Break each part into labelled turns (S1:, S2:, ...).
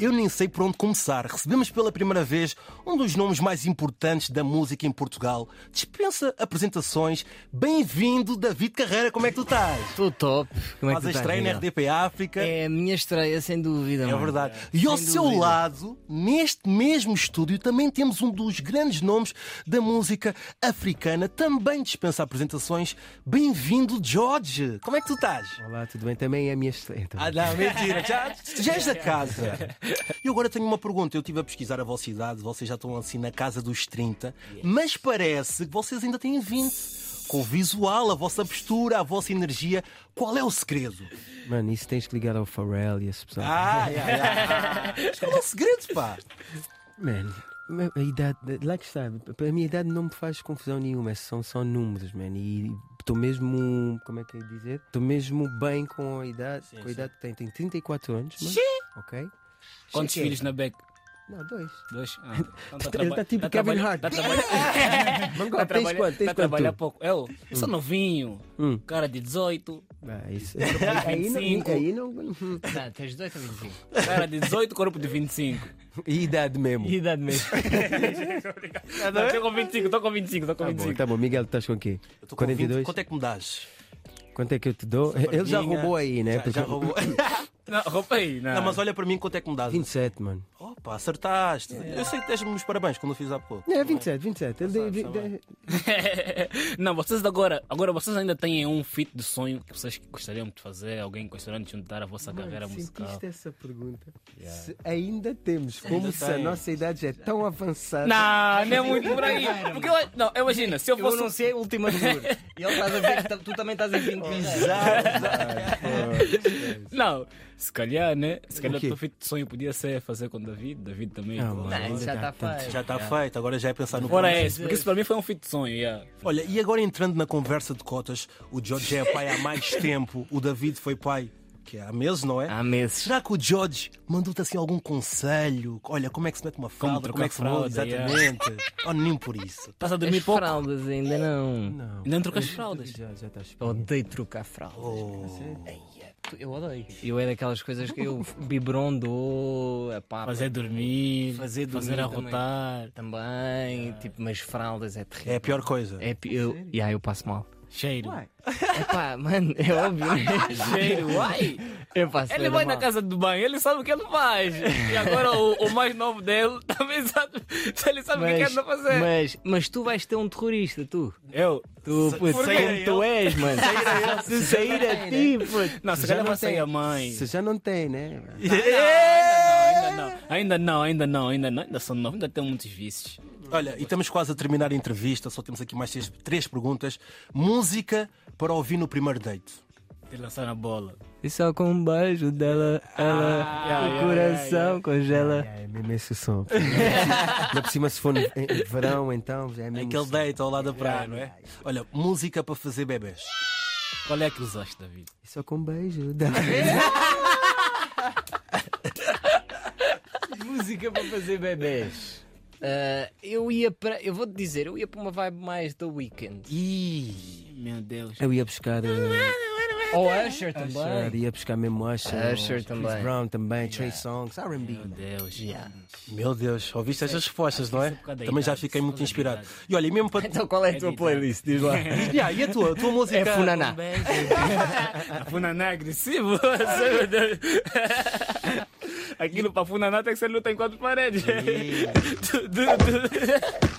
S1: Eu nem sei por onde começar. Recebemos pela primeira vez um dos nomes mais importantes da música em Portugal. Dispensa apresentações. Bem-vindo, David Carreira. Como é que tu estás?
S2: Estou top. Como é que
S1: Faz
S2: tu
S1: a
S2: estás,
S1: estreia na
S2: Miguel?
S1: RDP África.
S2: É a minha estreia, sem dúvida.
S1: É
S2: mano.
S1: verdade. E ao
S2: Sem
S1: seu
S2: dúvida.
S1: lado, neste mesmo estúdio, também temos um dos grandes nomes da música africana. Também dispensa apresentações. Bem-vindo, George. Como é que tu estás?
S3: Olá, tudo bem? Também é a minha estreia.
S1: Ah, não, mentira. Já, já és da casa. E agora tenho uma pergunta. Eu estive a pesquisar a vossa idade, vocês já estão assim na casa dos 30, mas parece que vocês ainda têm 20. Com o visual, a vossa postura, a vossa energia, qual é o segredo?
S3: Mano, isso tens que ligar ao Pharrell e esse pessoal.
S1: Ah, yeah, yeah. Mas qual é o segredo, pá?
S3: Mano, a idade, lá que está, a minha idade não me faz confusão nenhuma, são só números, mano. E estou mesmo, como é que é dizer? Estou mesmo bem com a idade,
S1: Sim,
S3: com a
S1: sim.
S3: idade que tenho. Tenho 34 anos, mano.
S1: Sim.
S3: Ok?
S4: Quantos
S3: Chequei.
S4: filhos na Beck?
S3: Não, dois.
S4: Dois? Ah, então tá
S3: Ele tá tipo
S4: tá
S3: Kevin
S4: trabalha-
S3: Hart.
S4: Tá trabalha-
S3: Mano,
S4: tá
S3: tens
S4: trabalha-
S3: quanto? Tens
S4: tá trabalhar
S3: quanto? tu?
S4: pouco. Eu? Eu sou novinho.
S3: Hum.
S4: Cara de 18.
S3: Ah, isso. Aí não. Aí não.
S2: Tá, tens 18 ou 25?
S4: Cara de 18, corpo de 25.
S3: E idade mesmo.
S2: Que idade mesmo?
S4: Estou com 25, estou com 25, estou com
S3: Tá bom,
S4: 25.
S3: tá bom. Miguel, estás com o quê?
S1: Eu tô com 20.
S3: 42?
S1: Quanto é que me dás?
S3: Quanto é que eu te dou? Ele já
S1: Minha-
S3: roubou aí, né?
S1: Já, já roubou.
S3: então.
S4: Não, roupa aí. Não,
S1: Não, mas olha para mim quanto é que me dás.
S3: 27, mano.
S1: Opa, acertaste. Eu sei que deste-me os parabéns quando eu fiz há pouco.
S3: É, 27, 27. Ele deu-
S1: Sabe, sabe.
S3: deu-
S4: Não, vocês agora, agora vocês ainda têm um fit de sonho que vocês gostariam de fazer, alguém gostariam de juntar a vossa carreira
S3: Mano,
S4: musical.
S3: Sentiste essa pergunda? Se ainda temos, como se a
S1: tem.
S3: nossa idade é tão avançada.
S4: Não, não é muito por aí. Porque eu, não, imagina, se eu
S2: Eu
S4: fosse um
S2: anunciei a última número. E ele estás a ver que tá- tu também estás a 20
S3: Oh,
S4: Não, se calhar, né? Se calhar o
S3: quê?
S4: teu fit de sonho podia ser fazer com o David. David também.
S3: Não,
S4: pô.
S3: mano.
S2: Não, isso já está feio.
S1: Já está feito, agora já é pensar no
S4: Ora
S1: próximo.
S4: é esse, porque isso para mim foi um fit de sonho. yeah.
S1: Olha, e agora entrando na conversa de cotas, o George é pai há mais tempo, o David foi pai que é há meses, não é?
S2: Há meses.
S1: Será que o George mandou-te assim algum conselho? Olha, como é que se mete uma fralda,
S4: trocar
S1: como é que se muda,
S4: fralda, yeah.
S1: exatamente. Oh, nem por isso.
S4: Estás a dormir
S2: As
S4: pouco?
S2: fraldas ainda não.
S3: Não.
S4: Não trocas fraldas.
S3: Já, já estás.
S2: É. Eu odeio trocar fraldas.
S3: Oh.
S2: Eu odeio. Eu é daquelas coisas que eu oh, biberon dou, a papa
S4: Fazer dormir,
S2: Fazer
S4: fazer,
S2: dormir também.
S4: arrotar,
S2: também, tipo, mas fraldas é
S1: É a
S2: terrível.
S1: pior coisa.
S2: É, pi- eu, yeah, eu passo mal.
S4: cheiro.
S2: É pá, mano, é óbvio.
S4: Cheiro, uai!
S2: Eu passo
S4: Ah, Ele
S2: mesmo
S4: vai na
S2: mal.
S4: casa do banho, ele sabe o que ele faz. E agora o, o mais novo dele também sabe. Ele sabe o que é que
S2: Mas,
S4: anda a fazer.
S2: mas, mas tu vais ter um terrorista, tu.
S4: Eu?
S2: Tu, puto,
S4: Porquê?
S2: como tu és, mano. Se sair a ti, puto.
S4: Não, se
S3: Já
S4: calhar
S3: não
S4: vai sair
S3: tem.
S4: a mãe.
S3: Você já não tem, né?
S1: Tá.
S4: Ainda não, ainda não, ainda não, ainda não, ainda sou novo, ainda tenho muitos vícios.
S1: Olha, e estamos quase a terminar a entrevista, só temos aqui mais três, três perguntas. Música para ouvir no primeiro date.
S4: De lançar na bola.
S2: E só com um beijo dela,
S4: Ah,
S2: ela, o coração congela.
S3: É mesmo esse o som. Ainda por cima, se for no- em- em verão, então já é mesmo.
S1: Aquele
S3: esse-
S1: date ao lado da praia, não é? Olha, música para fazer bebês.
S4: Qual é que usaste, David?
S3: Só com um beijo. dá-
S2: Música para fazer bebês. Ah, eu ia para. Eu vou te dizer, eu ia para uma vibe mais do weekend.
S4: Ih, meu Deus.
S3: Eu ia buscar. eh,
S2: Ou Usher
S3: Usher,
S2: também.
S3: ia buscar mesmo Usher.
S2: Usher
S3: Chris
S2: também.
S3: Brown também, Trey Songs, R&B.
S4: Meu Deus.
S1: Meu Deus, ouviste estas respostas, não é?
S4: isso é por causa da
S1: Também já
S4: idade,
S1: fiquei
S4: isso é
S1: muito
S4: por causa da
S1: inspirado. E olha, e mesmo para.
S2: Então qual é a tua playlist? Diz lá.
S1: Yeah, e a tua? A tua música.
S2: É Funaná.
S4: A um Funaná é agressivo. Meu Deus. Aquilo para Funaná tem que ser luta em quatro paredes. Du- du- du-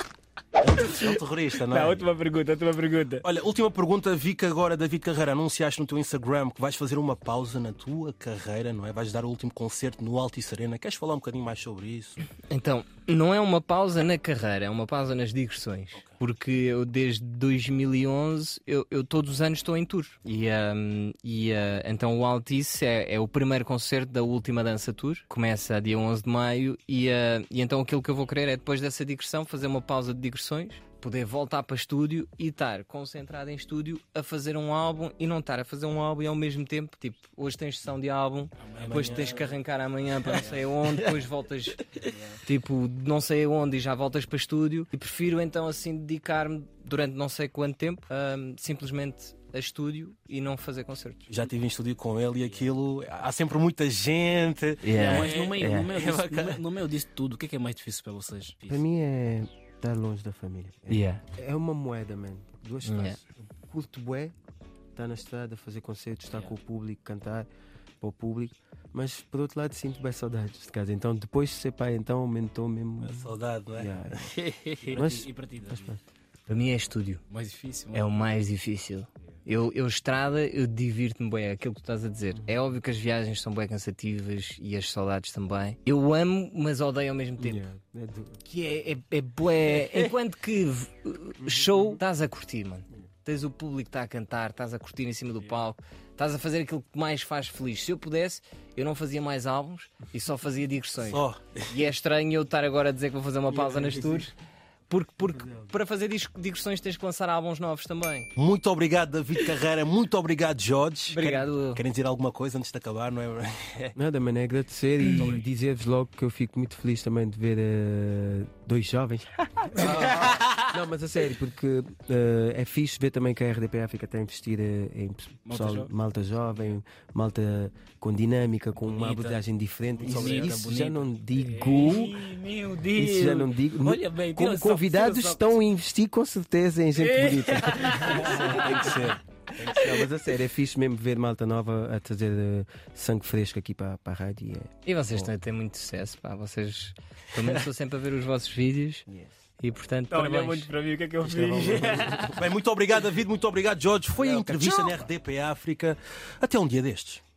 S1: É um terrorista, não é?
S4: Não, Tá, última pergunta, última pergunta.
S1: Olha, última pergunta. Vi que agora, David Carreira, anunciaste no teu Instagram que vais fazer uma pausa na tua carreira, não é? Vais dar o último concerto no Alto e Serena. Queres falar um bocadinho mais sobre isso?
S2: Então, não é uma pausa na carreira, é uma pausa nas digressões. Porque eu, desde 2011, eu, eu todos os anos estou em tour. E, hum, e, ah, então o Altice é, é o primeiro concerto da última dança tour. Começa hum, a dia 11 de maio. E, ah, e então aquilo que eu vou querer é, depois dessa digressão, fazer uma pausa de digressões poder voltar para estúdio e estar concentrado em estúdio a fazer um álbum e não estar a fazer um álbum e ao mesmo tempo, tipo, hoje tens sessão de álbum, depois tens que arrancar amanhã para não sei onde, depois voltas, tipo, não sei onde e já voltas para estúdio. E prefiro então assim dedicar-me durante não sei quanto tempo hum, simplesmente a estúdio e não fazer concertos.
S1: Já estive em estúdio com ele e aquilo. Há sempre muita gente.
S4: Não, É, mas no meio, no, meio disso, no meio- no meio disso tudo, o que é que é mais difícil para vocês?
S3: Para É mim é estar longe da família. É,
S2: Yeah.
S3: é uma moeda, man. Duas
S2: Yeah.
S3: faces. Curto bué, estar na estrada, fazer concertos, estar com o público, cantar para o público. Mas por outro lado sinto bem saudades de casa. Então depois de ser pai, então aumentou mesmo.
S1: A saudade, não é?
S3: Yeah.
S4: E para
S3: Mas-
S4: ti- e para ti, David?
S2: Para mim é estúdio.
S4: mais difícil.
S2: É o mais difícil. Eu, eu estrada, eu divirto-me bem, é aquilo que tu estás a dizer. É óbvio que as viagens são bem cansativas e as saudades também. Eu amo, mas odeio ao mesmo tempo.
S3: Yeah. É du-
S2: Que é, é, é bué. Enquanto que v- show, estás a curtir, mano. Tens o público que está a cantar, estás a curtir em cima do palco, estás a fazer aquilo que mais faz feliz. Se eu pudesse, eu não fazia mais álbuns e só fazia digressões.
S1: Só.
S2: E é estranho eu estar agora a dizer que vou fazer uma pausa nas tours, porque, porque para fazer dis- digressões tens que lançar álbuns novos também.
S1: Muito obrigado, David Carreira. Muito obrigado, Jorge.
S2: Obrigado.
S1: Querem, querem dizer alguma coisa antes de acabar, não é?
S3: Nada, mano, é agradecer e dizer-vos logo que eu fico muito feliz também de ver eh, dois jovens. Não, mas a sério, porque eh, é fixe ver também que a RDP África está a investir eh, em
S4: Malta
S3: pessoal,
S4: jovem.
S3: malta jovem, malta com dinâmica, com uma
S4: Bonita.
S3: abordagem diferente.
S4: Muito
S3: Isso,
S4: bonita,
S3: isso
S4: bonita.
S3: já não digo.
S4: Ei, meu Deus.
S3: Isso já não digo.
S4: Olha bem,
S3: Como
S4: tira só-
S3: convidados
S4: tira só- É.
S3: estão a investir com certeza em gente bonita.
S1: Tem que ser.
S3: Não, mas a sério, é fixe mesmo ver malta nova a trazer eh, sangue fresco aqui para, para a rádio. e é-
S2: E vocês estão a ter muito sucesso, pá. Vocês, pelo menos, estou sempre a ver os vossos vídeos e, portanto, parabéns.
S4: para mim, o que é que eu fiz?
S1: Bem, muito obrigado, David. Muito obrigado, Jorge. Foi a entrevista na RDP África. Até um dia destes.